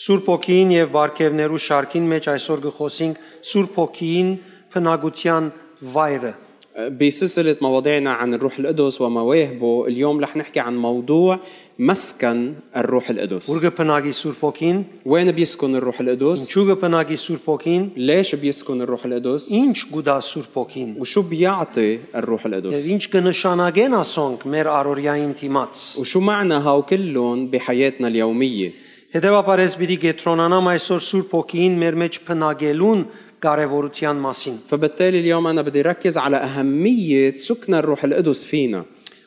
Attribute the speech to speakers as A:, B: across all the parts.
A: Սուրբ ոգին եւ Բարքևներու շարքին մեջ այսօր գխոսենք Սուրբ ոգին փնագության վայրը։
B: بسلسلة مواضيعنا عن الروح القدس ومواهبه اليوم رح نحكي عن موضوع مسكن الروح
A: Ուր
B: القدس
A: գփնագի Սուրբ ոգին,
B: وين بيسكن الروح القدس
A: ինչու գփնագի Սուրբ ոգին,
B: ليش بيسكن الروح القدس
A: ինչ գուտա Սուրբ ոգին
B: وشو بيعطي الروح
A: եւ
B: القدس
A: ինչ կնշանակեն ասոնք մեր առօրյային դիմաց։
B: وشو معنى هاو كلهم بحياتنا اليومية
A: Հետևաբար ես պիտի գետրոնանամ այսօր Սուրբ ոգին մեր մեջ փնագելուն կարևորության մասին,
B: فبالتالي اليوم أنا بدي ركز على أهمية سكن الروح القدس فينا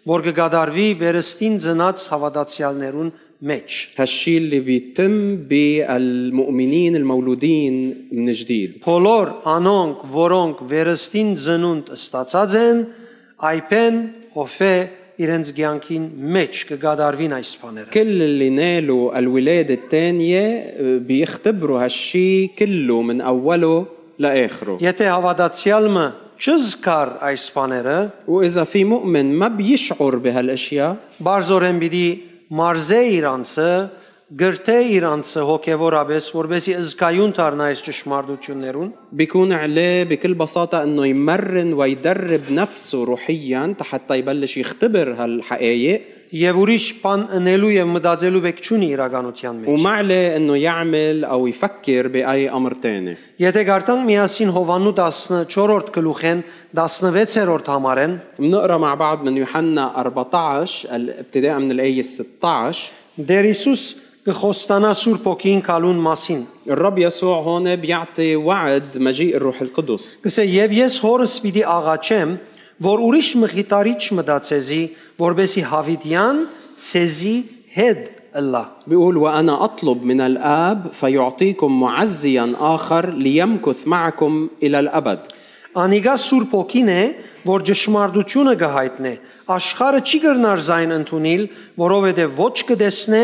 A: որ կգադարվի վերստին ծնած հավատացյալներուն մեջ։
B: هالشي اللي بيتم بالمؤمنين المولودين من جديد
A: Բոլոր անոնք, որոնք վերստին ծնունդ ստացած են, այփեն օֆե իրենց ցանկին մեջ կգադարվին այս բաները։
B: كل اللي نالوا الولادة الثانية بيختبروا هالشي كله من أوله لآخره
A: Եթե հավատացյալը չզկար այս բաները,
B: وإذا في مؤمن ما بيشعر بهالأشياء
A: Բարձորեն պիտի մարզե իրանցը, գրթե իրանցը հոգևորապես, որբեսի ըզկայուն դառնա այս ճշմարտություններուն,
B: بيكون عليه بكل بساطة أنه يمرن ويدرب نفسه روحيا حتى يبلش يختبر هالحقائق
A: եւ ուրիշ բան ընելու եւ մտածելու բեք չունի իրականության մեջ։
B: وما عليه أنه يعمل أو يفكر بأي أمر تاني
A: Եթե գարտանք միասին Հովաննու 14-րդ գլուխեն 16-րդ համարեն,
B: بنقرا مع بعض من يوحنا 14 ال- ابتداء من الآية 16
A: դեր Հիսուս կխոստանա Սուրբ ոգին կալուն մասին։
B: الرب يسوع هون بيعطي وعد مجيء الروح القدس
A: Կսե եւ ես հորս պիտի աղաչեմ, որ ուրիշ մխիթարիչ մտածեզի, որբեսի հավիտյան ցեզի հետ լա։
B: بيقول وأنا أطلب من الآب فيعطيكم معزيا آخر ليمكث معكم إلى الأبد
A: Անիգա Սուրբ ոգին է, որ ճշմարտությունը գահիտնե։ Աշխարը չի գրնար զայն ընդունիլ, որովհետև ոչ կդեսնե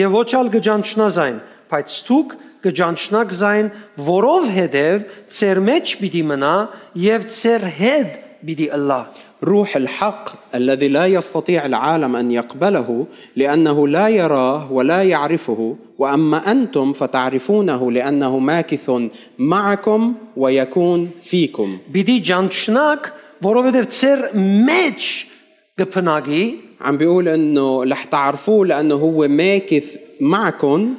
A: եւ ոչ ալ կճանչնա զայն, բայց ցուկ կճանչնակ զայն, որով հետև ծեր մեջ պիտի մնա եւ ծեր հետ պիտի ըլլա։
B: روح الحق الذي لا يستطيع العالم أن يقبله لأنه لا يراه ولا يعرفه وأما أنتم فتعرفونه لأنه ماكث معكم ويكون فيكم
A: Պիտի ճանչնակ, որովհետև ծեր մեջ կփնագի
B: عم بيقول انه رح تعرفوه لانه هو ماكث معكم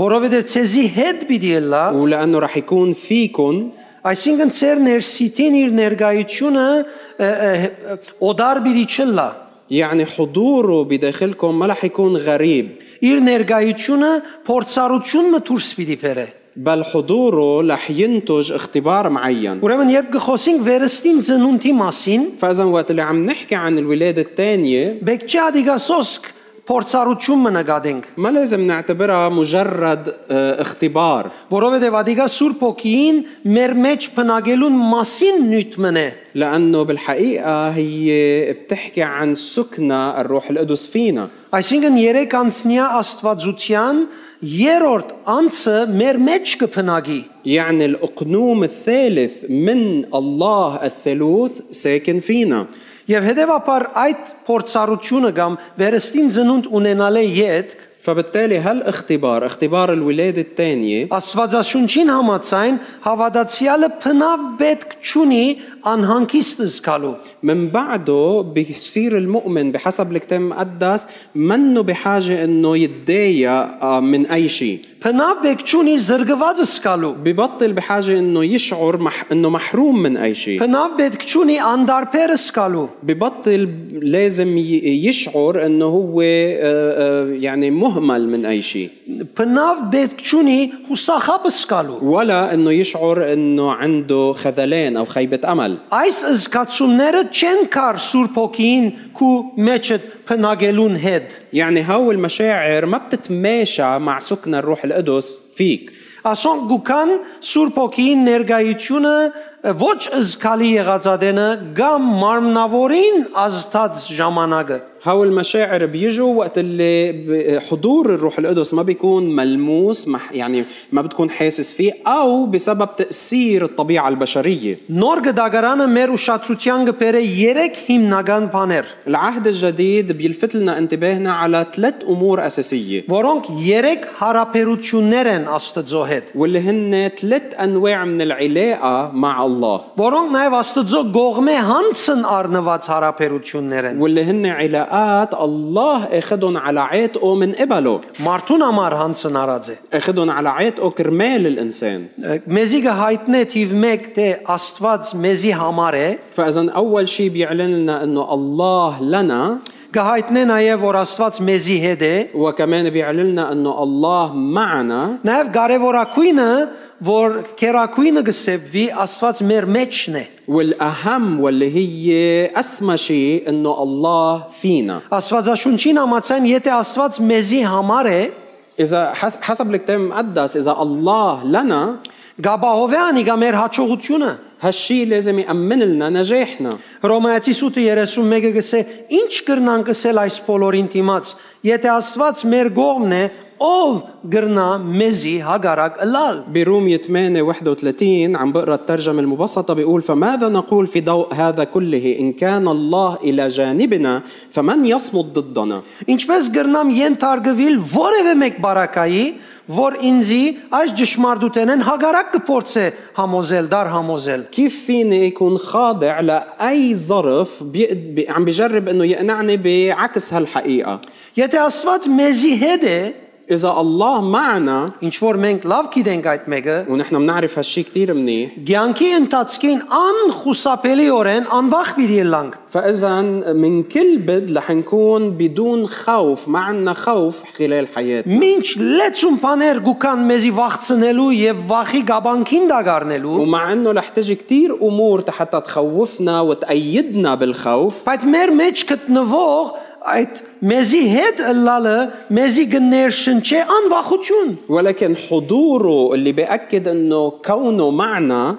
A: որովհետև ցեզի հետ պիտի ըլլա
B: ولانه رح يكون فيكم
A: Այսինքն ծեր ներսիտին իր ներկայությունը ը, ը, ը, օդար բիդի չլա։
B: يعني حضوره بداخلكم ما رح يكون غريب
A: Իր ներկայությունը փորձառություն մթուրս պիտի բերե։
B: بل حضوره رح ينتج اختبار معين
A: Ուրեմն երբ գխոսենք վերստին ծնունդի մասին,
B: فاذا وقت اللي عم نحكي عن الولاده الثانيه
A: բեկչա դիգասոսկ փորձառություն մը նկատենք,
B: ما لازم نعتبرها مجرد آه، اختبار
A: որովհետև ադիգա Սուրբ ոգին մեր մեջ բնագելուն մասին նույթ մնե։
B: لانه بالحقيقه هي بتحكي عن سكنى الروح القدس فينا
A: Այսինքն երեք անցնյա Աստվածության երրորդ անցը մեր մեջ կփնագի։
B: يعني الأقنوم الثالث من الله الثالوث ساكن فينا
A: Եվ հետևաբար այդ փորձառությունը կամ վերստին ծնունդ ունենալը յետ
B: فبالتالي هالاختبار اختبار الولادة الثانية
A: Աստվածաշունչին համաձայն հավատացյալը փնավ պետք չունի անհանգիստ զգալու։
B: من بعده بيصير المؤمن بحسب الكتاب المقدس منه بحاجة انه يتضايق آه، من اي شيء
A: Փնավ պետք չունի զրկված զգալու։
B: ببطل بحاجة انه يشعر مح... انه محروم من اي شيء
A: Փնավ պետք չունի անդարբեր զգալու։
B: ببطل لازم ي- يشعر انه هو آه، آه، يعني مهمل من اي شيء
A: Փնավ պետք չունի հուսախապ զգալու։
B: ولا انه يشعر انه عنده خذلان او خيبه امل
A: Այս զգացումները չեն կար Սուրբ ոգին քու մեջը փնագելուն հետ։
B: يعني هاو المشاعر ما بتتماشى مع سكن الروح القدس فيك
A: Ասոնք գուքան Սուրբ ոգին ներգայությունը ոչ զգալի եղածադենը կամ մարմնավորին ազդած ժամանակը
B: هو المشاعر بيجوا وقت اللي ب- حضور الروح القدس ما بيكون ملموس مح- يعني ما بتكون حاسس فيه او بسبب تاثير الطبيعه البشريه
A: նոր գդագարանը մեր ուշադրության գբերե 3 հիմնական բաներ
B: العهد الجديد بيلفت لنا انتباهنا على ثلاث امور اساسيه
A: որոնք 3 հարաբերություններ են Աստծո հետ
B: واللي هن ثلاث انواع من العلاقه مع الله
A: որոնք նաև Աստծո գողմե հանցն առնված հարաբերություններ են
B: واللي هن علاقات الله اخذهم على عاتقه من قبله
A: մարդուն համար հանցն արած է
B: اخذهم على عاتقه كرمال الانسان
A: մեզի գհայտնե թիվ 1 թե Աստված մեզի համար է
B: فاذا اول شيء بيعلن لنا انه الله لنا
A: գհայտնե նաև որ Աստված մեզի հետ է
B: وكمان بيعلن لنا انه الله معنا
A: Նաև կարևորակույնը, որ քերակույնը գսեվի Աստված մեր մեջն է։
B: والاهم واللي هي اسمى شيء انه الله فينا
A: Աստվածաշունչին համաձայն, եթե Աստված մեզի համար է,
B: اذا حس- حسب الكتاب المقدس اذا الله لنا
A: գաբահովեանի կամ մեր հաջողությունը։
B: هالشيء لازم يامن لنا نجاحنا
A: Հռոմեացի սուտը 31-ը գսե, ինչ կրնան կսել այս բոլորին դիմաց, եթե Աստված մեր գողմն է, ով գրնա մեզի հագարակ լալ։
B: برومية 8 31 عم بقرا الترجمة المبسطة بيقول فماذا نقول في ضوء هذا كله إن كان الله إلى جانبنا فمن يصمد ضدنا
A: Ինչպես գրնամ ենթարկվել որևէ մեկ բարակայի, որ ինձի այս ճշմարտութենեն հագարակ կփորձե համոզել, դար համոզել։
B: كيف فيني يكون خاضع لأي ظرف بي... بي... عم بجرب إنه يقنعني بعكس هالحقيقة
A: Եթե Աստված մեզի հետ է,
B: إذا الله معنا
A: ինչ որ մենք լավ գիտենք այդ մեկը,
B: ونحن بنعرف هالشي كتير منيح
A: ցանկի ընթացքին անխուսափելիորեն անվախ պիտի լանք։
B: فإذا من كل بد رح نكون بدون خوف ما عنا خوف خلال حياتنا
A: Մինչ լեցուն բաներ գուքան մեզի վախցնելու եւ վախի գաբանքին դագարնելու,
B: ومع انه رح تجي كثير امور حتى تخوفنا وتأيدنا بالخوف
A: բայց մեր մեջ գտնվող այդ մեզի հետ լալը մեզի գներ շնչե անվախություն։
B: ولكن حضوره اللي بأكد انه كونه معنا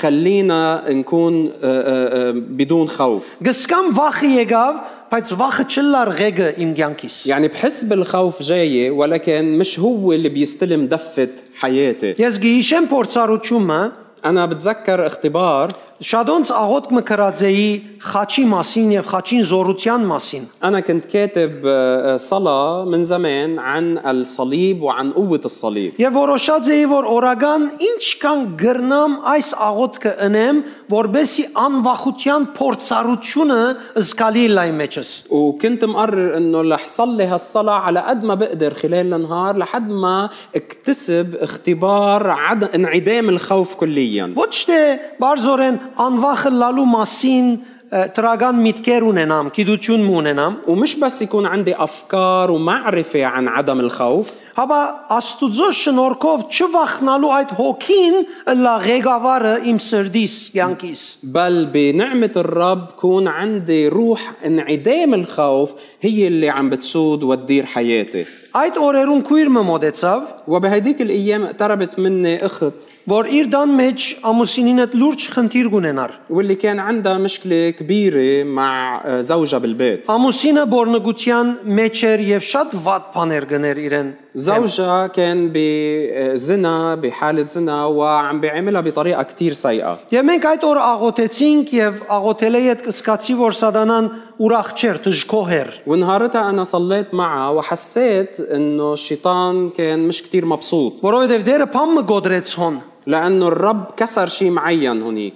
B: بيخلينا نكون آه، آه، آه، بدون خوف
A: Գսկամ վախը եկավ, բայց վախը չլար ղեգը իմ ցանկից։
B: يعني بحس بالخوف جاي ولكن مش هو اللي بيستلم دفة حياتي
A: Ես գիշեմ փորձառությունը
B: أنا بتذكر اختبار
A: Շադոնց աղոտ մկրածեի խաչի մասին եւ խաչին զորության մասին։
B: أنا كنت كاتب آه، آه، صلاة من زمان عن الصليب وعن قوة الصليب
A: Եվ որոշած էի, որ օրական ինչ կան գրնամ այս աղոտքը ընեմ, որբեսի անվախության փորձառությունը զգալի լայ մեջս։
B: وكنت مقرر انه رح صلي هالصلاه على قد ما بقدر خلال النهار لحد ما اكتسب اختبار عد... انعدام الخوف كليا
A: Ոչ թե բարձորեն անվախը լալու մասին ը, տրագան միտքեր ունենամ, գիտություն ունենամ,
B: ومش بس يكون عندي افكار ومعرفه عن عدم الخوف
A: հապա Աստուծո շնորհքով չվախնալու այդ հոգին լա ղեկավարը իմ սրդիս, յանքիս։
B: بل بنعمه الرب كون عندي روح انعدام الخوف هي اللي عم بتسود وتدير حياتي
A: Այդ օրերուն քույրը մոդեցավ
B: وبهديك الايام اقتربت مني اخت
A: որ իր դան մեջ ամուսինին հետ լուրջ խնդիր կունենար։
B: واللي كان عندها مشكله كبيره مع آه، زوجها بالبيت
A: Ամուսինը բորնգության մեջ էր եւ շատ վատ բաներ գներ իրեն։
B: زوجها كان بزنا بحالة زنا وعم بيعملها بطريقة كتير سيئة
A: Եվ մենք այդ օրը աղոթեցինք եւ աղոթելը հետ կսկացի որ սատանան ուրախ չէր, դժգոհ էր։
B: ونهارتها أنا صليت معها وحسيت إنه الشيطان كان مش كتير مبسوط
A: Որովհետեւ դերը փամը գոդրեց հոն։
B: لأنه الرب كسر شيء معين هنيك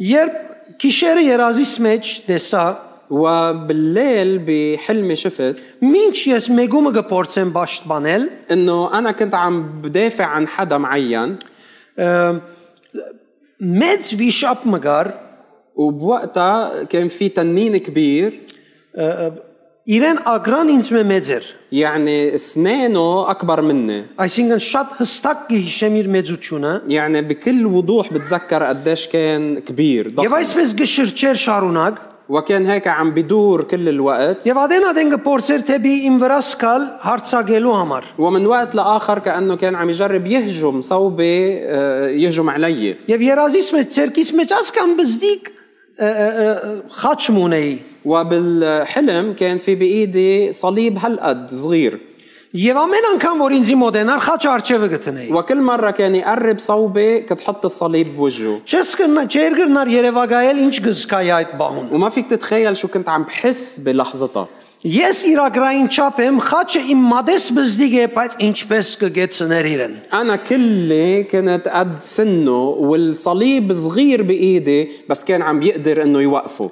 A: Երբ քիշերը երազիս մեջ տեսա,
B: وبالليل بحلمي شفت
A: ինչ ես մեգումը կփորձեմ ճաշտանել,
B: إنه أنا كنت عم بدافع عن حدا معين
A: մեծ վիշապ մգար
B: وبوقتها كان في تنين كبير
A: իրեն ագրան ինձ մե մեծ էր։
B: يعني اسنانه اكبر مني
A: Այսինքն շատ հստակ կհիշեմ իր մեծությունը
B: يعني بكل وضوح بتذكر قديش كان كبير ضخم.
A: Եվ այսպես գշրջեր շարունակ
B: وكان هيك عم بدور كل الوقت
A: Եվ ադեն ադեն գործեր թեբի իմ վրա սկալ հարցակելու համար։
B: ومن وقت لاخر كانه كان عم يجرب يهجم صوبي آه، يهجم علي
A: Եվ երազից մեջ ցերկից մեջ ասկան բզդիկ ը, ը, ը, խաչմ ունեի։
B: وبالحلم كان في بايدي صليب هالقد صغير
A: Եվ ամեն անգամ որ ինձի մոտենար խաչը արջևը գտնեի։
B: وكل مره كان يقرب صوبي كنت حط الصليب بوجهه
A: Չես կնա չեր գրնար Երևանայել ինչ գզկայի այդ բահուն։
B: وما فيك تتخيل شو كنت عم بحس بلحظتها
A: Ես իրագրային չափ եմ, խաչը իմ մադես բզդիկ է, բայց ինչպես կգեցներ իրեն։
B: انا كلي كنت قد سنه والصليب صغير بايدي بس كان عم يقدر انه يوقفه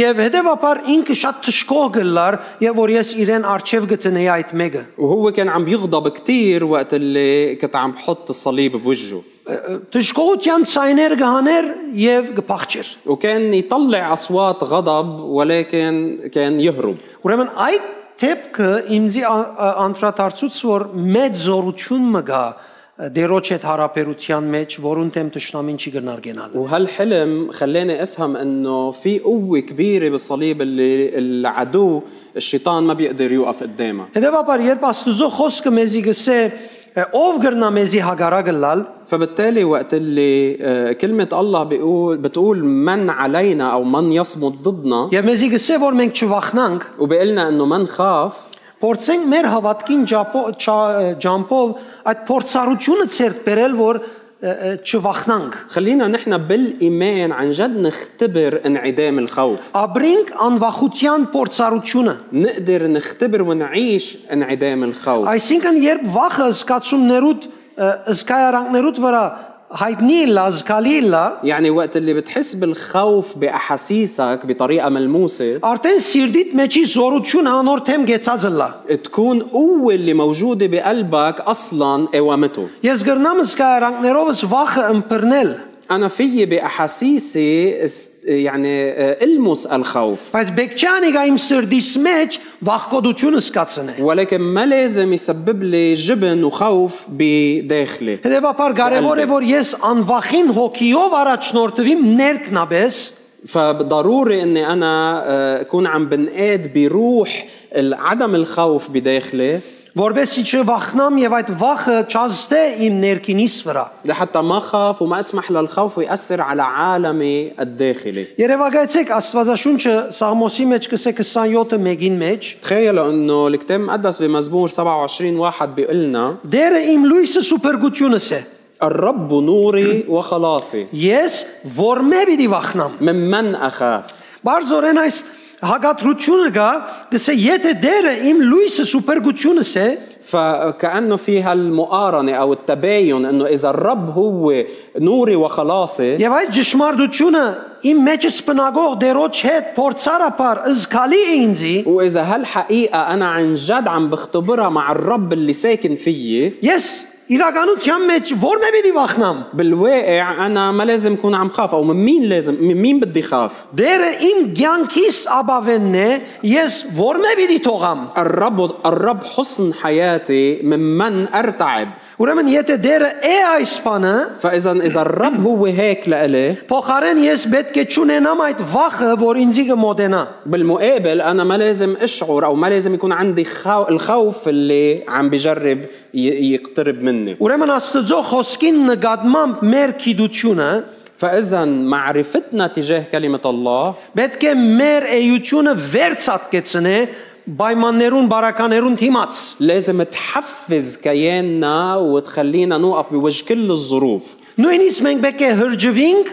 A: Եվ հետևաբար ինքը շատ թշկող գլար, եւ որ ես իրեն արջև գտնեի այդ մեկը։
B: وهو كان عم يغضب كتير وقت اللي كنت عم بحط الصليب بوجهه
A: Ը, ը, Թշկողության ցայներ գաներ եւ գփախչեր։
B: وكان يطلع اصوات غضب ولكن كان يهرب
A: Ուրեմն այդ դեպքը ինձի ա- ա- անդրադարձուց որ մեծ զորություն մը գա դերոջ այդ հարաբերության մեջ, որոնց եմ ճշտամին չի գնարգենալ։
B: وهالحلم خلاني افهم انه في قوه كبيره بالصليب اللي العدو الشيطان ما بيقدر يوقف قدامها
A: Հետևաբար երբ Աստուծո խոսքը մեզի գսե «Ը, ով գրնա մեզի հագարակը լալ,
B: فبالتالي وقت اللي آه، كلمه الله بيقول بتقول من علينا او من يصمد ضدنا
A: եւ մեզի գսե որ մենք չվախնանք,
B: وبقلنا انه ما نخاف
A: փորձենք մեր հավատքին ճապո- ճա- ջամփով այդ փորձառությունը ցերտ բերել, որ ը, ը, չվախնանք»։
B: خلينا نحن بالايمان عن جد نختبر انعدام الخوف
A: Աբրինք անվախության փորձառությունը։
B: نقدر نختبر ونعيش انعدام الخوف
A: Այսինքն երբ վախը զգացումներուտ ը, զգայարանքներուտ վրա հայտնի լա զգալի լա
B: يعني وقت اللي بتحس بالخوف باحاسيسك بطريقه ملموسه
A: արդեն սիրդիդ մեջի զորություն անորթեմ գեցածը լա
B: تكون قوة اللي موجودة بقلبك أصلا قوامته
A: ես գրնամ զգայարանքներովս վախը ըմբռնել
B: أنا فيي بأحاسيسي است- يعني آه، ألمس الخوف
A: բայց բեկչանի գա իմ սրդիս մեջ վախկոդությունը զգացնե
B: ولكن ما لازم يسبب لي جبن وخوف بداخلي
A: հետեւաբար կարևոր է որ ես անվախին հոգիով առաջնորդվիմ ներքնաբես
B: فضروري اني انا آه، اكون عم بنقاد بروح عدم الخوف بداخلي
A: որբեսի չվախնամ եւ այդ վախը չազտե իմ ներքինիս վրա
B: لحتى ما خاف وما اسمح للخوف ياثر على عالمي الداخلي
A: Երևակայեցեք Աստվածաշունչը Սաղմոսի մեջ կսե 27-ը 1-ին մեջ
B: تخيلوا انه الكتاب المقدس بمزمور 27 واحد بيقول لنا
A: Դերը իմ լույսը սուպերգությունս է
B: الرب نوري وخلاصي
A: ես որմե պիտի վախնամ
B: من من اخاف
A: Բարձորեն այս հագատրությունը գա կսե եթե դերը իմ լույսը սուպերգությունս է
B: فكانه في هالمقارنه او التباين انه اذا الرب هو نوري وخلاصي
A: եւ այս ճշմարտությունը իմ մեջ սպնագող դերոջ հետ փորձարապար զգալի է ինձի
B: واذا هالحقيقه انا عن جد عم بختبرها مع الرب اللي ساكن فيي
A: ես իրականության մեջ որմե պիտի վախնամ
B: بالواقع انا ما لازم اكون عم خاف او من مين لازم من مين بدي خاف
A: դերը իմ ցանկիս աբավենն է ես որմե պիտի թողամ
B: الرب الرب حسن حياتي من من ارتعب
A: Ուրեմն եթե դերը է այս բանը,
B: فاذا اذا الرب هو هيك لإلي
A: փոխարեն ես պետք է ճունենամ այդ վախը, որ ինձի կմոտենա։
B: بالمقابل انا ما لازم اشعر او ما لازم يكون عندي خو... الخوف اللي عم بجرب ي... يقترب مني
A: Ուրեմն Աստծո խոսքին նկատմամբ մեր քիդությունը
B: فاذا معرفتنا تجاه كلمه الله
A: պետք է մեր էությունը վերցածկեցնե պայմաններուն, բարականերուն դիմաց։
B: لازم تحفز كياننا وتخلينا نوقف بوجه كل الظروف
A: Նույնիսկ մենք պետք է հրջվենք,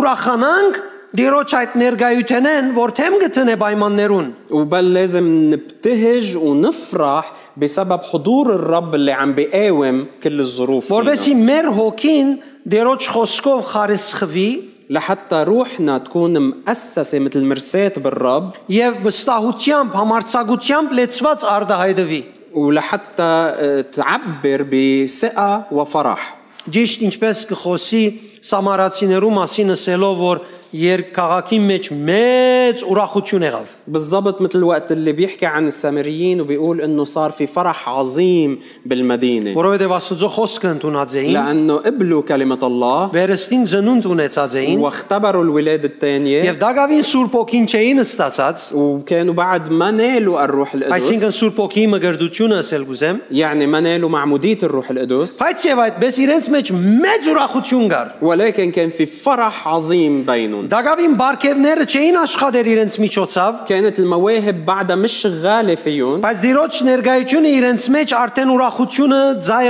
A: ուրախանանք դերոջ այդ ներգայութենեն, որ թեմ գտնե պայմաններուն։
B: وبل لازم نبتهج ونفرح بسبب حضور الرب اللي عم بيقاوم كل الظروف فينا.
A: Որբեսի մեր հոգին դերոջ խոսքով խարսխվի
B: لحتى روحنا تكون مؤسسة مثل مرساة بالرب
A: եւ վստահությամբ, համարձակությամբ լեցված արդահայտվի։
B: ولحتى آه، تعبر بثقة وفرح
A: Ճիշտ ինչպես կխոսի Սամարացիներու մասին ասելով որ երկաղաքի մեջ մեծ ուրախություն եղավ։
B: بالضبط مثل الوقت اللي بيحكي عن السامريين وبيقول انه صار في فرح عظيم بالمدينه
A: Որովհետև Աստծո խոսքը ընդունած էին,
B: لانه قبلوا كلمه الله
A: վերստին ծնունդ ունեցած էին
B: واختبروا الولاده الثانيه
A: եւ Դագավին Սուրբ Օքին չէին ստացած,
B: وكانوا بعد ما نالوا الروح
A: այսինքն
B: القدس
A: Սուրբ Օքիի մգրդությունը ասել գուզեմ,
B: يعني ما نالوا معموديه الروح القدس
A: բայց եւ այդպես իրենց մեջ մեծ ուրախություն կար։
B: ولكن كان في فرح عظيم بينهم
A: Դագավին բարգևները չէին աշխատել իրենց միջոցով,
B: كانت المواهب بعدها مش شغاله فيهم
A: բայց Տիրոջ ներկայությունը իրենց մեջ արդեն ուրախությունը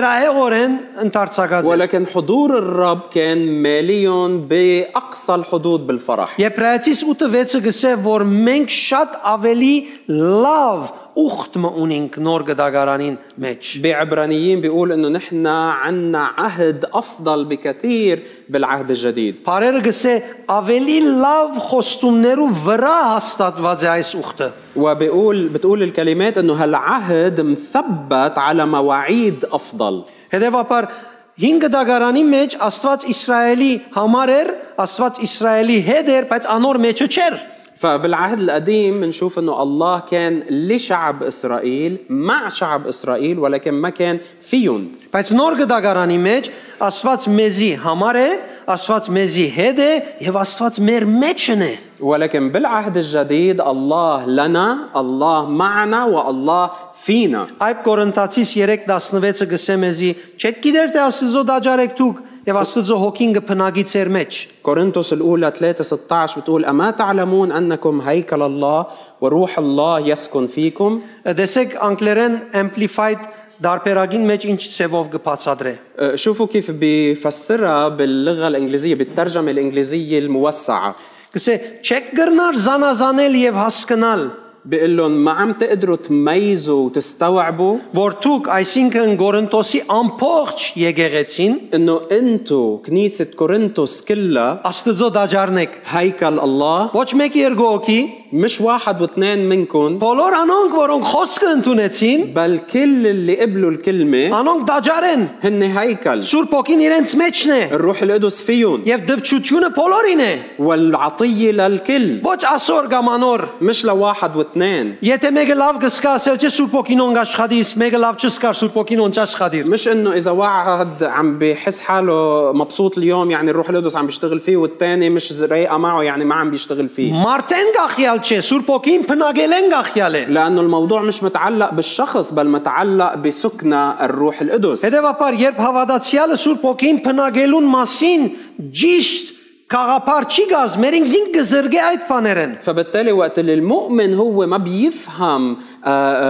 A: ծայրահեղորեն ընդարձակած էր։
B: ولكن حضور الرب كان ماليهم باقصى الحدود بالفرح
A: Եբրայեցիս 8:6-ը գսե որ մենք շատ ավելի լավ ուխտ մը ունենք նոր գդագարանին մեջ։
B: بعبرانيين بيقول انه نحن عنا عهد افضل بكثير بالعهد الجديد
A: Փարերը գսե ավելի լավ խոստումներու վրա հաստատված է այս ուխտը։
B: وبيقول بتقول الكلمات انه هالعهد مثبت على مواعيد افضل
A: Հետևաբար 5 գդագարանի մեջ Աստված Իսրայելի համար էր, Աստված Իսրայելի հետ էր, բայց անոր մեջը չէր։
B: فبالعهد القديم بنشوف انه الله كان لشعب اسرائيل مع شعب اسرائيل ولكن ما كان فيهم
A: Բայց նոր գդագարանի մեջ Աստված մեզի համար է, Աստված մեզի հետ է եւ Աստված մեր մեջն է։
B: ولكن بالعهد الجديد الله لنا الله معنا والله فينا
A: Այդ Կորինթացիս 3:16-ը գսե մեզի, չեք գիտեր թե Աստծո դաջարեք դուք եւ Աստծո հոգին կփնագի ձեր մեջ։
B: كورنثوس الاولى 3 16 بتقول اما تعلمون انكم هيكل الله وروح الله يسكن فيكم
A: Դեսեք անգլերեն amplified դարբերագին մեջ ինչ ծևով կբացադրե։
B: أه، شوفوا كيف بفسرها باللغه الانجليزيه بالترجمه الانجليزيه الموسعه
A: Գսե չեք գրնար զանազանել եւ հասկանալ,
B: بقول لهم ما عم تقدروا تميزوا وتستوعبوا
A: որ դուք, այսինքն Կորինթոսի ամբողջ եկեղեցին
B: انه انتو كنيسه كورنثوس كلها
A: Աստծո դաջարն եք։
B: هيكل الله
A: Ոչ մեկ երկու օքի,
B: مش واحد واثنين منكم
A: բոլոր անոնք, որոնք խոսքը ընդունեցին,
B: بل كل اللي قبلوا الكلمه
A: անոնք դաջարեն։
B: هن هيكل
A: Սուրբ ոգին իրենց մեջն է
B: الروح القدس فيهم
A: եւ դվչությունը բոլորին է։
B: والعطيه للكل
A: Ոչ ասոր կամ անոր։
B: مش لواحد واثنين
A: Եթե մեկը լավ գսկա ասել, չէ Սուրբ ոգին ոնց աշխատի, իսկ մեկը լավ չսկա Սուրբ ոգին ոնց աշխատի։
B: مش انه اذا واحد عم بحس حاله مبسوط اليوم يعني الروح القدس عم بيشتغل فيه والثاني مش رايقه معه يعني ما عم بيشتغل فيه
A: Մարտեն գախյալ չէ, Սուրբ ոգին փնագել են գախյալ է։
B: لانه الموضوع مش متعلق بالشخص بل متعلق بسكنى الروح القدس
A: Հետևաբար, երբ հավատացյալը Սուրբ ոգին փնագելուն մասին ճիշտ Կաղապար չի գազ, մեր ինքին գզրգե այդ բաներն։
B: فبالتالي وقت اللي المؤمن هو ما بيفهم آه،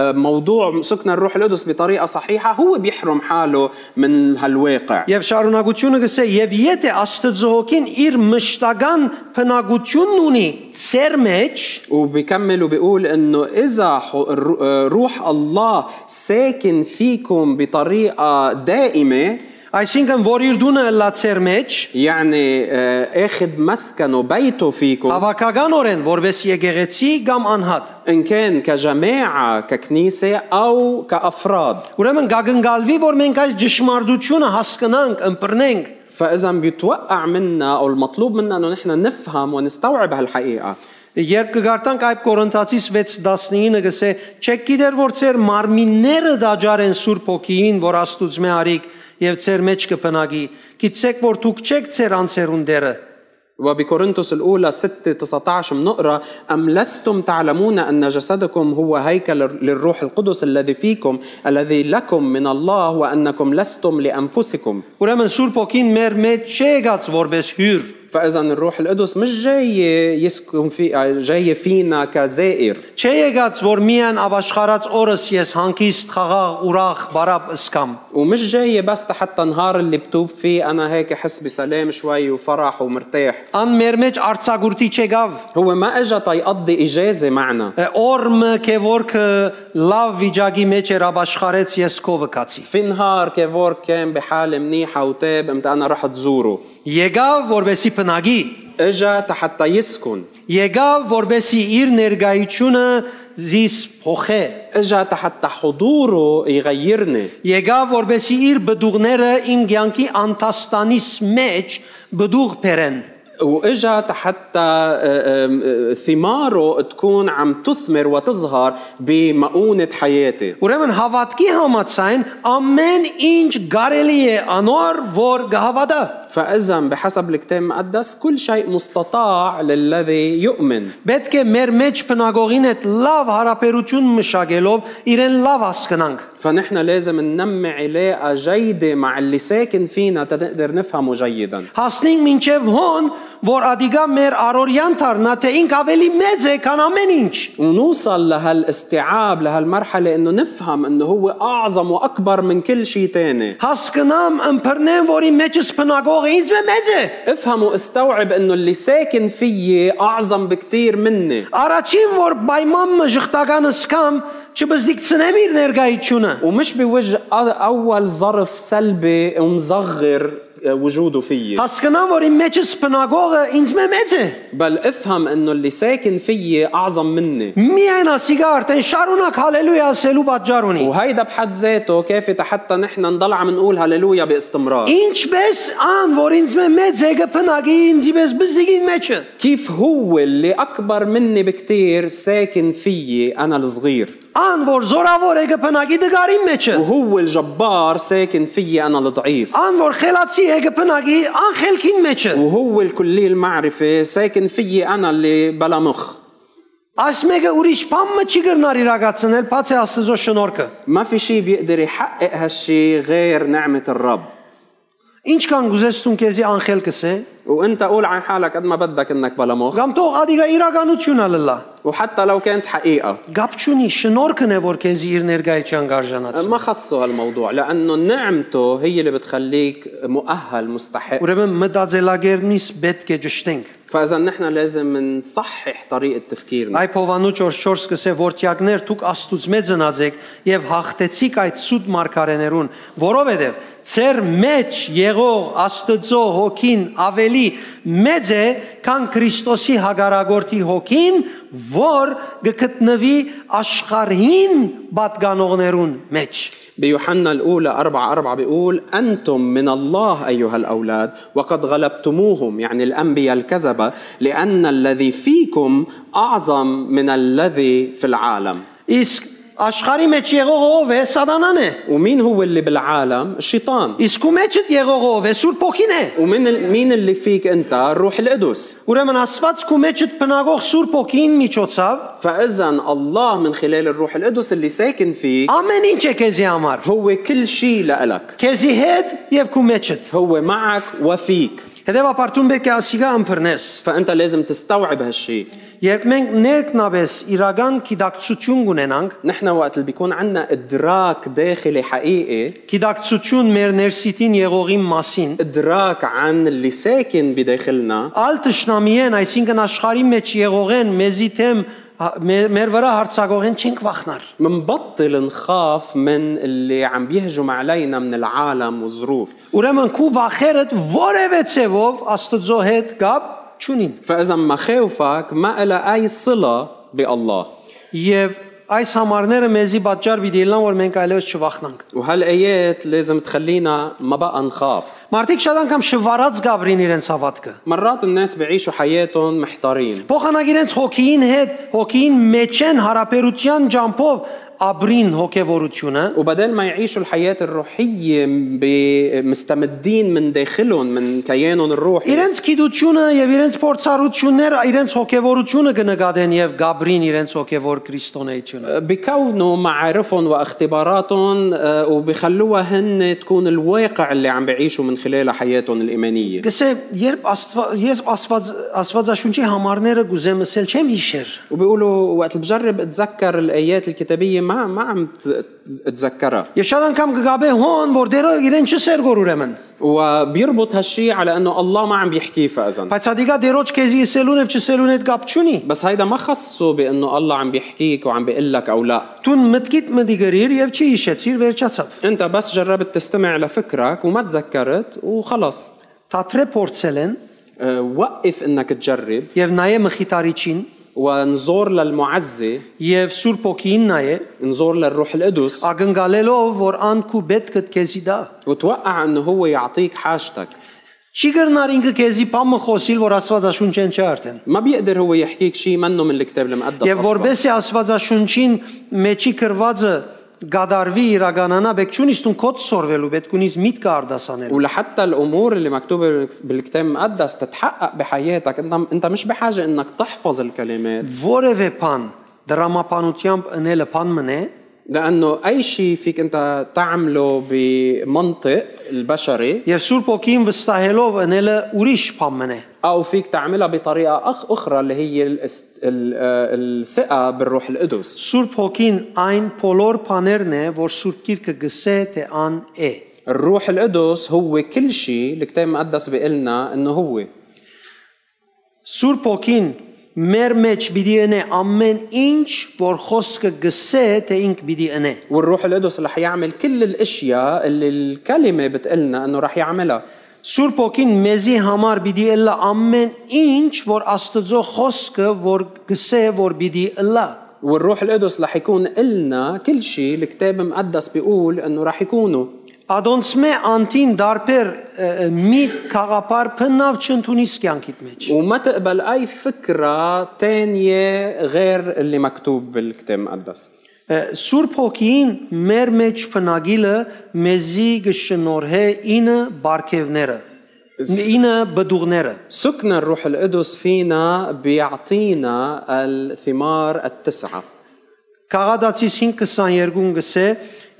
B: آه، موضوع سكن الروح القدس بطريقه صحيحه هو بيحرم حاله من هالواقع
A: Եվ շարունակությունը գսե, եւ եթե Աստծո ոգին իր մշտական փնագությունն ունի ծեր մեջ,
B: وبكمل وبيقول انه اذا ح- الرو- آه، روح الله ساكن فيكم بطريقه دائمه
A: Այսինքն, որ իր դունը լացեր մեջ,
B: يعني آه، اخذ مسكنه بيته فيكم
A: հավաքականորեն, որպես եկեղեցի կամ անհատ։
B: ان كان كجماعه ككنيسه او كافراد
A: Ուրեմն գագնգալվի, որ մենք այս ճշմարտությունը հասկանանք, ընբռնենք։
B: فاذا بيتوقع منا او المطلوب منا انه نحن نفهم ونستوعب هالحقيقه
A: Երբ կգարտանք այդ Կորինթացի 6:19-ը գսե, չեք գիտեր, որ ծեր մարմինները դաջարեն Սուրբ ոգին, որ Աստուծո մե արիք եւ ծեր մեջ կբնակի։ Գիտեք, որ դուք չեք ծեր անցերուն դերը։
B: وبكورنثوس الأولى 6 19 بنقرا أم لستم تعلمون أن جسدكم هو هيكل للروح القدس الذي فيكم الذي لكم من الله وأنكم لستم لأنفسكم
A: Ուրեմն Սուրբ ոգին մեր մեջ չի եկած որպես հյուր,
B: فإذا الروح القدس مش جاي يسكن في جاي فينا كزائر
A: Չէ եկած որ միան աբաշխարած օրս ես հանգիստ խաղաղ ուրախ բարապ սկամ։
B: ومش جاي بس حتى النهار اللي بتوب فيه أنا هيك حس بسلام شوي وفرح ومرتاح
A: Ան մեր մեջ արցագուրտի չեկավ։
B: هو ما اجى تيقضي إجازة معنا
A: Օրմը կևորքը լավ վիճակի մեջ էր աբաշխարեց ես կովկացի։
B: في نهار كيفور كان بحالة منيحة وتاب قمت أنا رحت زوره
A: Եկավ որբեսի փնագի,
B: اجا حتى يسكن
A: եկավ որբեսի իր ներգայությունը զիս փոխե,
B: اجا حتى حضوره يغيرني
A: եկավ որբեսի իր բդուղները իմ ցանկի անտաստանից մեջ բդուղ բերեն։
B: واجت حتى آه، آم، آم، ثماره تكون عم تثمر وتظهر بمؤونه حياتي
A: Ուրեմն հավատքի համաձայն ամեն ինչ կարելի է անոր, որ գհավատա։
B: فاذا بحسب الكتاب المقدس كل شيء مستطاع للذي يؤمن
A: Պետք է մեր մեջ բնագողին այդ լավ հարաբերություն մշակելով իրեն լավ հասկանանք։
B: فنحن لازم ننمي علاقه جيده مع اللي ساكن فينا تنقدر نفهمه جيدا
A: Հասնենք մինչև հոն, որ ադիգա մեր արորյան դառնա, թե ինք ավելի մեծ է, քան ամեն ինչ։
B: ونوصل لهالاستيعاب لهالمرحله انه نفهم انه هو اعظم واكبر من كل شيء تاني
A: Հասկանամ, ըմբռնեմ, որ իմ մեջս բնագողը ինձ մե մեծ է։
B: افهم واستوعب انه اللي ساكن فيي اعظم بكتير مني
A: Առաջին որ պայման մժղտականս կամ չբզդիկցնեմ իր ներկայությունը։
B: ومش بوجه أ- اول ظرف سلبي ومصغر وجوده فيي
A: Հասկանամ, որ իմ մեջս բնագողը ինձ մե մեծ է։
B: بل افهم انه اللي ساكن فيي اعظم مني
A: Միայն ասիգա արդեն շարունակ հալելույա ասելու պատճառ ունի։
B: وهيدا بحد ذاته كافي حتى نحن نضل عم نقول هللويا باستمرار
A: Ինչպես ան, որ ինձ մե մեծ է կփնագի ինձ պես բզդիկին մեջը։
B: كيف هو اللي اكبر مني بكتير ساكن فيي انا الصغير
A: Ան, որ զորավոր է կփնագի դգարի մեջը։
B: وهو الجبار ساكن فيي انا الضعيف
A: Ան, որ խելացի է կփնագի ան խելքին մեջը։
B: وهو الكلي المعرفه ساكن فيي انا اللي بلا مخ
A: Այս մեկը ուրիշ բան մը չի գրնար իրագացնել, բացի Աստծո շնորհքը։
B: ما في شيء بيقدر يحقق هالشي غير نعمه الرب
A: Ինչ կան գուզես ցուն քեզի ան խելքս է։
B: وانت قول عن حالك قد ما بدك انك بلا مخ
A: Կամ թող ադիգա իրականություն ալլա։
B: وحتى لو كانت حقيقه
A: Գապչունի շնորհքն է որ քեզի իր ներկայության գարժանացնի։
B: ما خصه هالموضوع لانه نعمته هي اللي بتخليك مؤهل مستحق
A: Ուրեմն մտածելագերնից պետք է ճշտենք։
B: فاذا نحن لازم نصحح طريقه تفكيرنا
A: Այ Փովանուց 4:4 սկսե որդյակներ դուք Աստուծո մեծ ծնածեք եւ հաղթեցիք այդ սուտ մարգարեներուն, որովհետեւ ծեր մեջ եղող Աստծո հոգին ավելի մեծ է, քան Քրիստոսի հագարագորթի հոգին, որ գտնվի աշխարհին պատկանողներուն մեջ։
B: بيوحنا الأولى أربعة أربعة بيقول أنتم من الله أيها الأولاد وقد غلبتموهم يعني الأنبياء الكذبة لأن الذي فيكم أعظم من الذي في العالم
A: Իսկ աշխարհի մեջ եղողը ով է, սատանան է։
B: ومين هو اللي بالعالم الشيطان
A: Իսկ ու մեջդ եղողը ով է, Սուրբ Հոգին է։
B: ومن ال- مين اللي فيك أنت الروح القدس
A: Ուրեմն Աստված քու մեջդ բնագող Սուրբ Հոգին միջոցով
B: فإذا الله من خلال الروح القدس اللي ساكن فيك
A: Ամեն ինչ է քեզի համար։
B: هو كل شيء لإلك
A: Քեզի հետ եւ քու մեջդ։
B: هو معك وفيك
A: Հետևաբար դու պետք է ասիգա ըմբռնես։
B: فأنت لازم تستوعب هالشيء
A: Երբ մենք ներքնաբես իրական գիտակցություն ունենանք,
B: نحن وقت اللي بيكون عندنا إدراك داخلي حقيقي
A: գիտակցություն մեր ներսիտին եղողի մասին,
B: ادراك عن اللي ساكن بداخلنا
A: ալ տշնամիեն, այսինքն աշխարհի մեջ եղողեն մեզի թեմ հա- մե- մեր վրա հարցակողեն չենք վախնար։
B: منبطل نخاف من اللي عم بيهجم علينا من العالم والظروف
A: Ուրեմն քու վախերդ որևէ ցևով Աստծո հետ կապ չունին։
B: فاذا مخاوفك ما لها اي صله بالله
A: Եվ այս համարները մեզի պատճառ պիտի լինեն, որ մենք այլևս չվախնանք։
B: وهالايات لازم تخلينا ما بقى نخاف
A: Մարդիկ շատ անգամ շվարած գաբրին իրենց հավատքը։
B: مرات الناس بيعيشوا حياتهم محتارين
A: Փոխանակ իրենց հոգին հետ, հոգին մեջ են հարաբերության ջամփով աբրին հոգևորությունը,
B: وبدل ما يعيشوا الحياة الروحية ب- مستمدين من داخلهم من كيانهم الروحي
A: իրենց գիտությունը եւ իրենց փորձառությունները, իրենց հոգևորությունը կնկատեն եւ գաբրին իրենց հոգևոր քրիստոնեությունը։
B: بكونوا معارفهم واختباراتهم آه، وبخلوها هن تكون الواقع اللي عم بعيشوا من خلاله حياتهم الإيمانية
A: Գսե, երբ Աստված ես Աստված Աստվածաշունչի համարները գուզեմ ասել, չեմ հիշեր։
B: وبيقولوا وقت اللي بجرب اتذكر الايات الكتابيه ما ما عم ت- اتذكرها
A: Ես շատ անգամ կգաբե հոն, որ դերը իրեն չսեր գոր ուրեմն։
B: وبيربط هالشي على انه الله ما عم بيحكيه فاذا
A: Բայց ադիգա դերոջ քեզի իսելուն եւ չսելուն հետ կապ չունի։
B: بس هيدا ما خصه بانه الله عم بيحكيك وعم بيقول لك او لا
A: Տուն մտքիդ մտի գրիր եւ չի հիշեցիր վերջացավ։
B: انت بس جربت تستمع لفكرك وما تذكرت وخلص
A: Թաթրե փորձել են
B: آه، وقف انك تجرب
A: եւ նայե մխիթարիչին
B: ونزور للمعزي
A: եւ Սուրբ ոգին նայե
B: نزور للروح القدس
A: ագնկալելով որ անքու պետք է քեզի դա
B: وتوقع انه هو يعطيك حاجتك
A: Չի գրնար ինքը քեզի բամը խոսիլ, որ Աստվածաշունչ են չարդեն։
B: ما بيقدر هو يحكيك شيء منه من الكتاب المقدس
A: Եվ
B: أصلاً.
A: որբեսի Աստվածաշունչին մեջի կրվածը գադարվի իրականանա, պետք չունի ստուն կոդ սորվելու, պետք ունիս միտքը արդասանել։
B: ولحتى الامور اللي مكتوبه بالكتاب المقدس تتحقق بحياتك انت انت مش بحاجه انك تحفظ الكلمات
A: Որևէ բան դրամապանությամբ ընելը բան մնե,
B: لانه اي شيء فيك انت تعمله بمنطق البشري
A: եւ Սուրբ ոգին վստահելով ընելը ուրիշ բան մնե։
B: او فيك تعملها بطريقه أخ اخرى اللي هي الاس- ال- آه، الثقه بالروح القدس
A: Սուրբ ոգին այն բոլոր բաներն է, որ Սուրբ Գիրքը գսե թե ան է։
B: الروح القدس هو كل شيء الكتاب المقدس بيقلنا انه هو
A: Սուրբ ոգին մեր մեջ պիտի ընե ամեն ինչ, որ խոսքը գսե թե ինք պիտի ընե։
B: والروح القدس رح يعمل كل الاشياء اللي الكلمه بتقلنا انه رح يعملها
A: Սուրբ ոգին մեզի համար պիտի ելա ամեն ինչ, որ Աստծո խոսքը, որ գսե, որ պիտի ելա։
B: والروح القدس رح يكون إلنا كل شيء الكتاب المقدس بيقول انه رح يكونوا
A: Ադոնցմե անտին դարբեր ը, ը, միտ խաղապար փնավ չընդունիս կյանքիդ մեջ։
B: وما تقبل اي فكره تانية غير اللي مكتوب بالكتاب المقدس
A: Ը, Սուրբ ոգին մեր մեջ փնագիլը մեզի գշնորհե ինը բարգևները։ Ինը բդուղները։
B: سكن الروح القدس فينا بيعطينا الثمار التسعه
A: Կաղադացիս 5:22-ն գսե,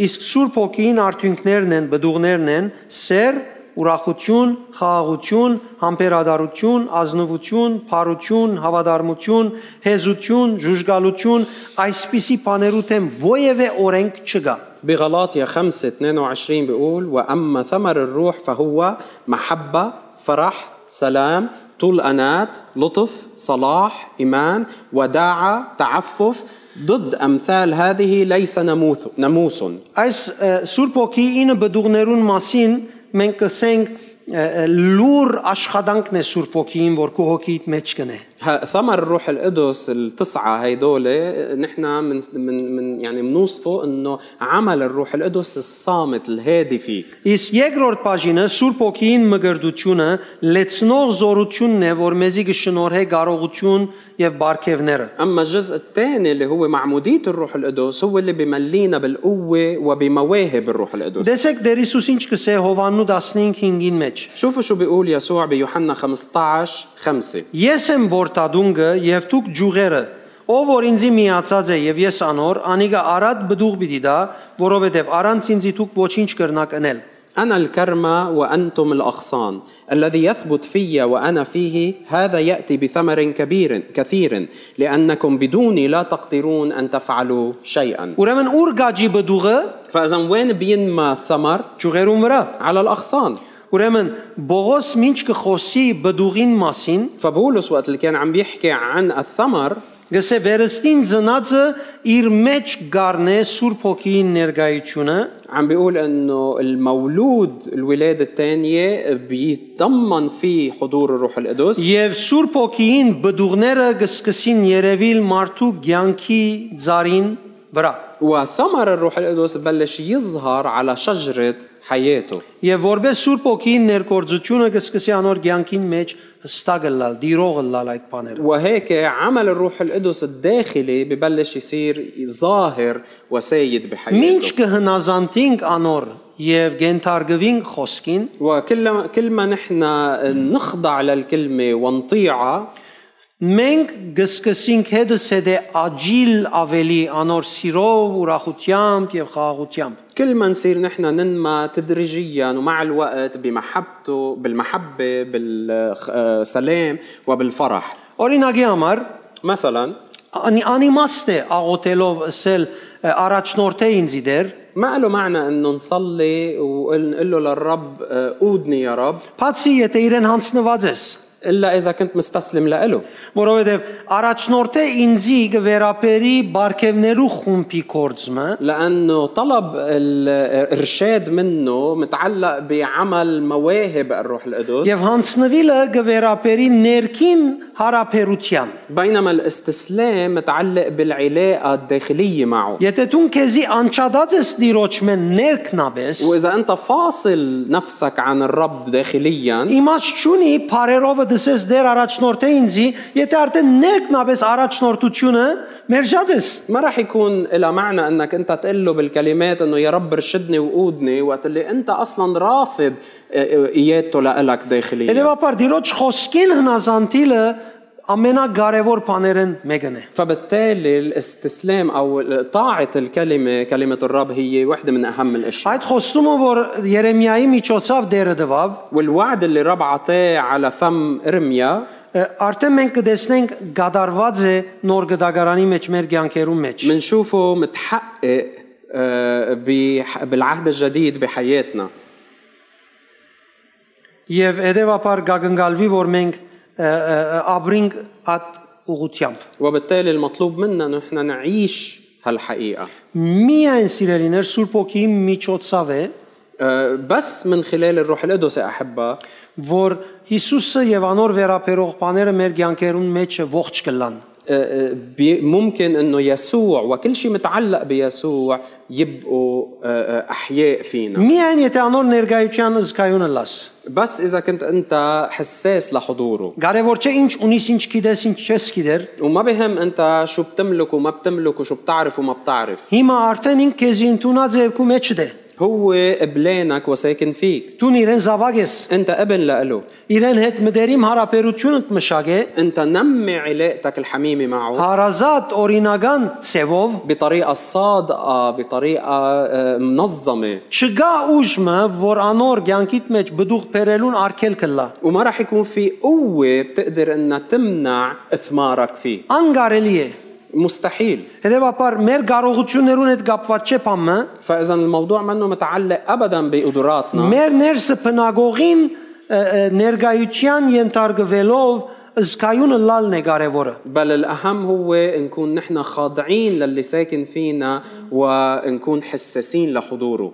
A: իսկ Սուրբ ոգին արդյունքներն են, բդուղներն են՝ սեր, ուրախություն, խաղաղություն, համբերադարություն, ազնվություն, բարություն, հավատարմություն, հեզություն, ժուժգալություն, այսպիսի բաներու թեմ ովևէ օրենք չկա։
B: بغلاطيا 5 22 بيقول واما ثمر الروح فهو محبه فرح سلام طول أنات لطف صلاح إيمان وداعة تعفف ضد أمثال هذه ليس نموث ناموس
A: Այս ը, Սուրբ ոգի ինը բդուղներուն մասին մենք կսենք ը, ը, լուր աշխատանքն է Սուրբ ոգին, որ քո հոգիդ մեջ կնե։
B: ه- ثمر الروح القدس التسعة هيدول نحن من, من, من يعني بنوصفه انه عمل الروح القدس الصامت الهادي فيك
A: Իսկ երկրորդ բաժինը Սուրբ ոգին մգրդությունը լեցնող զորությունն է, որ մեզի կշնորհե կարողություն եւ բարգևները։
B: أما الجزء الثاني اللي هو معمودية الروح القدس هو اللي بملينا بالقوة وبمواهب الروح القدس
A: Տեսեք դեր Հիսուս ինչ կսե Հովաննու 15:5-ին մեջ։
B: شوفوا شو بيقول يسوع بيوحنا 15 5
A: Ես եմ Բորտադունգը եւ դուք ջուղերը, ով որ ինձի միացած է եւ ես անոր, անիկա արդ բդուղ պիտի դա, որովհետեւ առանց ինձի դուք ոչինչ կրնակ անել։
B: أنا الكرمة وأنتم الأغصان الذي يثبت في وأنا فيه هذا يأتي بثمر كبير كثير لأنكم بدوني لا تقدرون أن تفعلوا شيئا
A: Ուրեմն ուր գաջի բդուղը
B: فإذا وين بينما الثمر
A: ջուղերուն վրա։
B: على الأغصان
A: Ուրեմն Բողոս ինչ կխոսի բդուղին մասին,
B: فبولس وقت اللي كان عم بيحكي عن الثمر
A: Գսե վերստին ծնածը իր մեջ գառնե Սուրբ Հոգիի ներկայությունը,
B: عم بيقول انه المولود الولاده الثانيه بيتضمن فيه حضور الروح القدس
A: եւ Սուրբ Հոգիին բդուղները գսկսին երևիլ մարդու ցանկի ծարին վրա։
B: وثمر الروح القدس بلش يظهر على شجره حياته
A: Եվ որպես Սուրբ Հոգիին ներկործությունը գսկսի անոր ցանկին մեջ հստակը լալ, դիրողը լալ այդ բաները։
B: وهيك عمل الروح القدس الداخلي ببلش يصير ظاهر وسيد
A: Մինչ
B: بحياته
A: կհնազանդենք անոր եւ գենթարգվինք խոսքին,
B: وكل كل ما نحن نخضع للكلمه ونطيعها
A: մենք գսկսենք հետս հետ է աջիլ ավելի անոր սիրով, ուրախությամբ եւ խաղաղությամբ։
B: كل ما نصير نحن ننمى تدريجيا ومع الوقت بمحبته بالمحبة بالسلام وبالفرح
A: Օրինակի համար
B: مثلا
A: անի անիմաստ է աղոթելով ասել «Ա, առաջնորդե ինձի դեր
B: ما له معنى انه نصلي ونقول له للرب آه، قودني يا رب
A: բացի եթե իրեն հանցնված ես
B: إلا إذا كنت مستسلم له
A: որովհետև առաջնորդը ինձի գվերապերի բարգևներու խումբի կորձը
B: لأنه طلب الإرشاد منه متعلق بعمل مواهب الروح القدس
A: եւ հանցնվիլը գվերապերի ներքին հարաբերության։
B: بينما الاستسلام متعلق بالعلاقة الداخلية معه
A: Եթե դու քեզի անչադած ես ծիրոջ մեն ներքնաբես,
B: وإذا أنت فاصل نفسك عن الرب داخليا
A: իմաց ճունի բարերովը դսես դեր առաջնորդը ինձի, եթե արդեն ներքնաբես առաջնորդությունը մերժած ես։
B: ما راح يكون لها معنى انك انت تقول له بالكلمات انه يا رب ارشدني وقودني وقت اللي انت اصلا رافض ايادته لإلك داخليا
A: Հետևաբար ծիրոջ խոսքին հնազանդիլը ամենակարևոր բաներն մեկն է։
B: فبالتالي الاستسلام او طاعه الكلمه كلمه الرب هي وحده من اهم الاشياء
A: Այդ խոստումը, որ Երեմիայի միջոցով դերը տվավ,
B: والوعد اللي الرب عطاه على فم ارميا
A: ը, արդեն մենք կտեսնենք գադարված է նոր գդագարանի մեջ մեր ցանկերում մեջ։
B: منشوفه متحقق آه، بح- بالعهد الجديد بحياتنا
A: Եվ հետևաբար գագնգալվի, որ մենք ը, ը, ը, ապրենք այդ ուղությամբ։
B: وبالتالي المطلوب منا نحن نعيش هالحقيقه
A: Միայն սիրելիներ Սուրբ ոգի միջոցով է,
B: آه، بس من خلال الروح القدس يا احبه
A: որ Հիսուսը եւ անոր վերապերող բաները մեր ցանկերուն մեջ ողջ կլան։
B: آه، آه، بي- ممكن انه يسوع وكل شيء متعلق بيسوع يبقوا آه، آه، احياء فينا
A: Միայն եթե անոր ներկայության զգայունը լաս։
B: بس اذا كنت انت حساس لحضوره
A: Կարևոր չէ ինչ ունիս, ինչ գիտես, ինչ չես գիտեր։
B: وما بهم انت شو بتملك وما بتملك وشو بتعرف وما بتعرف
A: Հիմա արդեն ինք քեզի ընդունած երկու մեջ դե։
B: هو قبلانك وساكن فيك
A: Դու իրեն զավակ ես։
B: انت ابن لإله
A: Իրեն հետ մտերիմ հարաբերությունդ մշակե
B: انت نمي علاقتك الحميمه معه
A: հարազատ օրինական ցևով
B: بطريقه صادقه بطريقه آه، منظمه
A: չգա ուժը, որ անոր ցանկիդ մեջ բդուղ բերելուն արկել կլա։
B: وما راح يكون في قوه بتقدر انها تمنع اثمارك فيه
A: Անկարելի է։
B: مستحيل
A: Հետևաբար մեր կարողություններուն հետ կապված չէ բամը,
B: فاذا الموضوع منه متعلق ابدا بقدراتنا
A: մեր ներսը բնագողին ը, ը, ներկայության ենթարկվելով զգայունը լալն է կարևորը։
B: بل الاهم هو نكون نحن خاضعين للي ساكن فينا ونكون حساسين لحضوره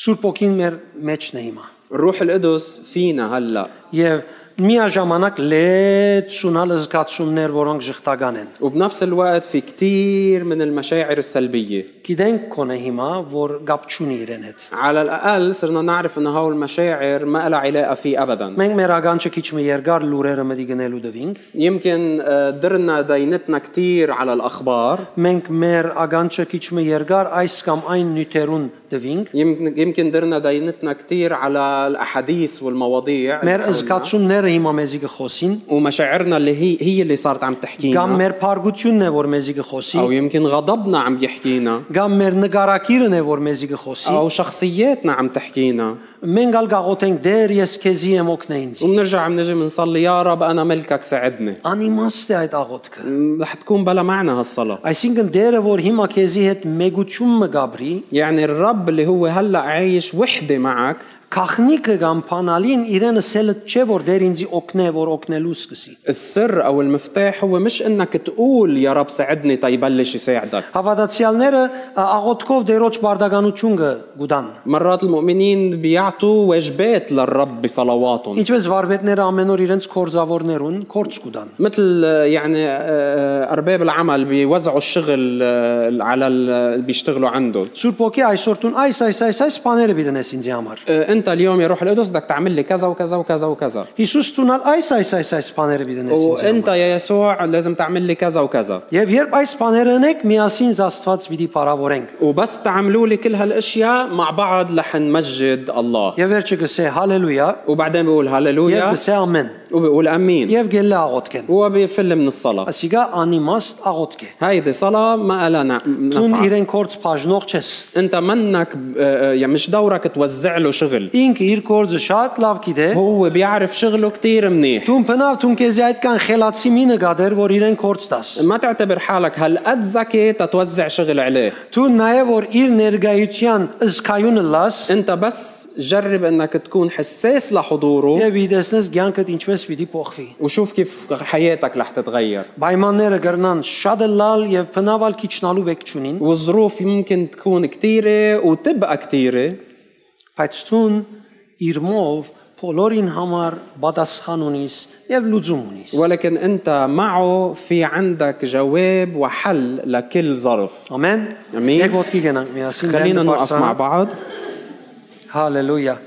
A: Սուրբ ոգին մեր մեջն է հիմա։
B: الروح القدس فينا هلا
A: Եվ միաժամանակ լետ շունալ զգացումներ, որոնք շղթական են։
B: وبنفس الوقت في كتير من المشاعر السلبيه
A: Գիտենք կոնե հիմա, որ կապ չունի իրեն հետ։
B: على الاقل صرنا نعرف انه هول المشاعر ما لها علاقه فيه ابدا
A: Մենք մեր ականջը քիչ մի երկար լուրերը մտի գնելու դվինք։
B: يمكن آه، درنا دينتنا كتير على الاخبار
A: Մենք մեր ականջը քիչ մի երկար այս կամ այն նյութերուն դվինք։
B: يمكن يمكن درنا دينتنا كتير على الاحاديث والمواضيع اللي
A: Մեր
B: حولنا.
A: զգացումները հիմա մեզի կխոսին։
B: ومشاعرنا اللي هي هي اللي صارت عم
A: Կամ
B: تحكينا
A: մեր փարգությունն է, որ մեզի կխոսի,
B: او يمكن غضبنا عم يحكينا
A: կամ մեր նկարակիրն է, որ մեզի կխոսի։
B: او شخصياتنا عم تحكينا
A: Մենք ալ գաղութենք դեր ես քեզի եմ օգնե ինձ։
B: وبنرجع بنجي بنصلي يا رب انا ملكك ساعدني
A: Անիմաստ է այդ աղոթքը։
B: م، رح تكون بلا معنى هالصلاه
A: Այսինքն դերը, որ հիմա քեզի հետ մեգություն մգաբրի,
B: يعني الرب اللي هو هلا عايش وحده معك
A: քախնիկը կամ փանալին իրենը սելը չէ, որ դեր ինձ օգնե, որ օգնելու սկսի։
B: السر او المفتاح هو مش انك تقول يا رب ساعدني تيبلش يساعدك
A: Հավատացյալները ա, աղոթքով դերոջ բարդականություն գուտան։
B: مرات المؤمنين بيعطوا واجبات للرب بصلواتهم
A: Ինչպես վարպետները ամեն օր իրենց կորձավորներուն կորց գուտան։
B: مثل آه، يعني آه، ارباب العمل بيوزعوا الشغل آه، على اللي بيشتغلوا عنده
A: Սուրբ ոգի այսօր տուն այս այս այս այս բաները բիտնես ինձ համար։
B: آه، انت اليوم يا روح القدس بدك تعمل لي كذا وكذا وكذا وكذا
A: Հիսուս տունալ այս այս այս այս բաները բիտնես ինձ։ համար։
B: وانت يا يسوع لازم تعمل لي كذا وكذا
A: Եվ երբ այս բաները ունենք, միասին Աստված պիտի բարավորենք։
B: وبس تعملوا لي كل هالاشياء مع بعض رح نمجد الله
A: Եվ վերջը գսե հալելույա,
B: وبعدين بيقول
A: եւ
B: هللويا
A: գսե ամեն,
B: وبيقول امين
A: եւ գելը աղոթքեն։
B: وبيفل من الصلاه
A: Ասիկա անիմաստ աղոթք է։
B: هيدي صلاه ما لها نع-
A: Դուն
B: نفع
A: իրեն կորց բաժնող չես։
B: انت منك آه، آه، يعني مش دورك توزع له شغل
A: Ինքը իր կորձը շատ լավ գիտե։
B: هو بيعرف شغله كتير منيح
A: Դուն բնավ դուն քեզի այդքան խելացի մի նկատեր, որ իրեն կորց տաս։
B: ما تعتبر حالك هالقد ذكي تتوزع شغل عليه
A: Դու նայե որ իր ներգայության ըսկայունը լաս,
B: انت بس جرب انك تكون حساس لحضوره
A: եւ իդեսնես ցանկդ ինչպես պիտի փոխվի։
B: وشوف كيف حياتك رح تتغير
A: Պայմանները կգրնան շատ է լալ եւ փնավալ քիչնալու վեք չունին,
B: والظروف ممكن تكون كثيرة وتبقى كثيرة
A: բայց ցուն իր մով բոլորին համար պատասխան ունիս եւ լուծում ունիս։
B: ولكن أنت معه في عندك جواب وحل لكل ظرف
A: Ամեն։
B: Ամեն։
A: Եկ ոտքի գնանք միասին։
B: خلينا
A: դեմ
B: نوقف
A: դպրսան։
B: مع بعض
A: Հալելույա։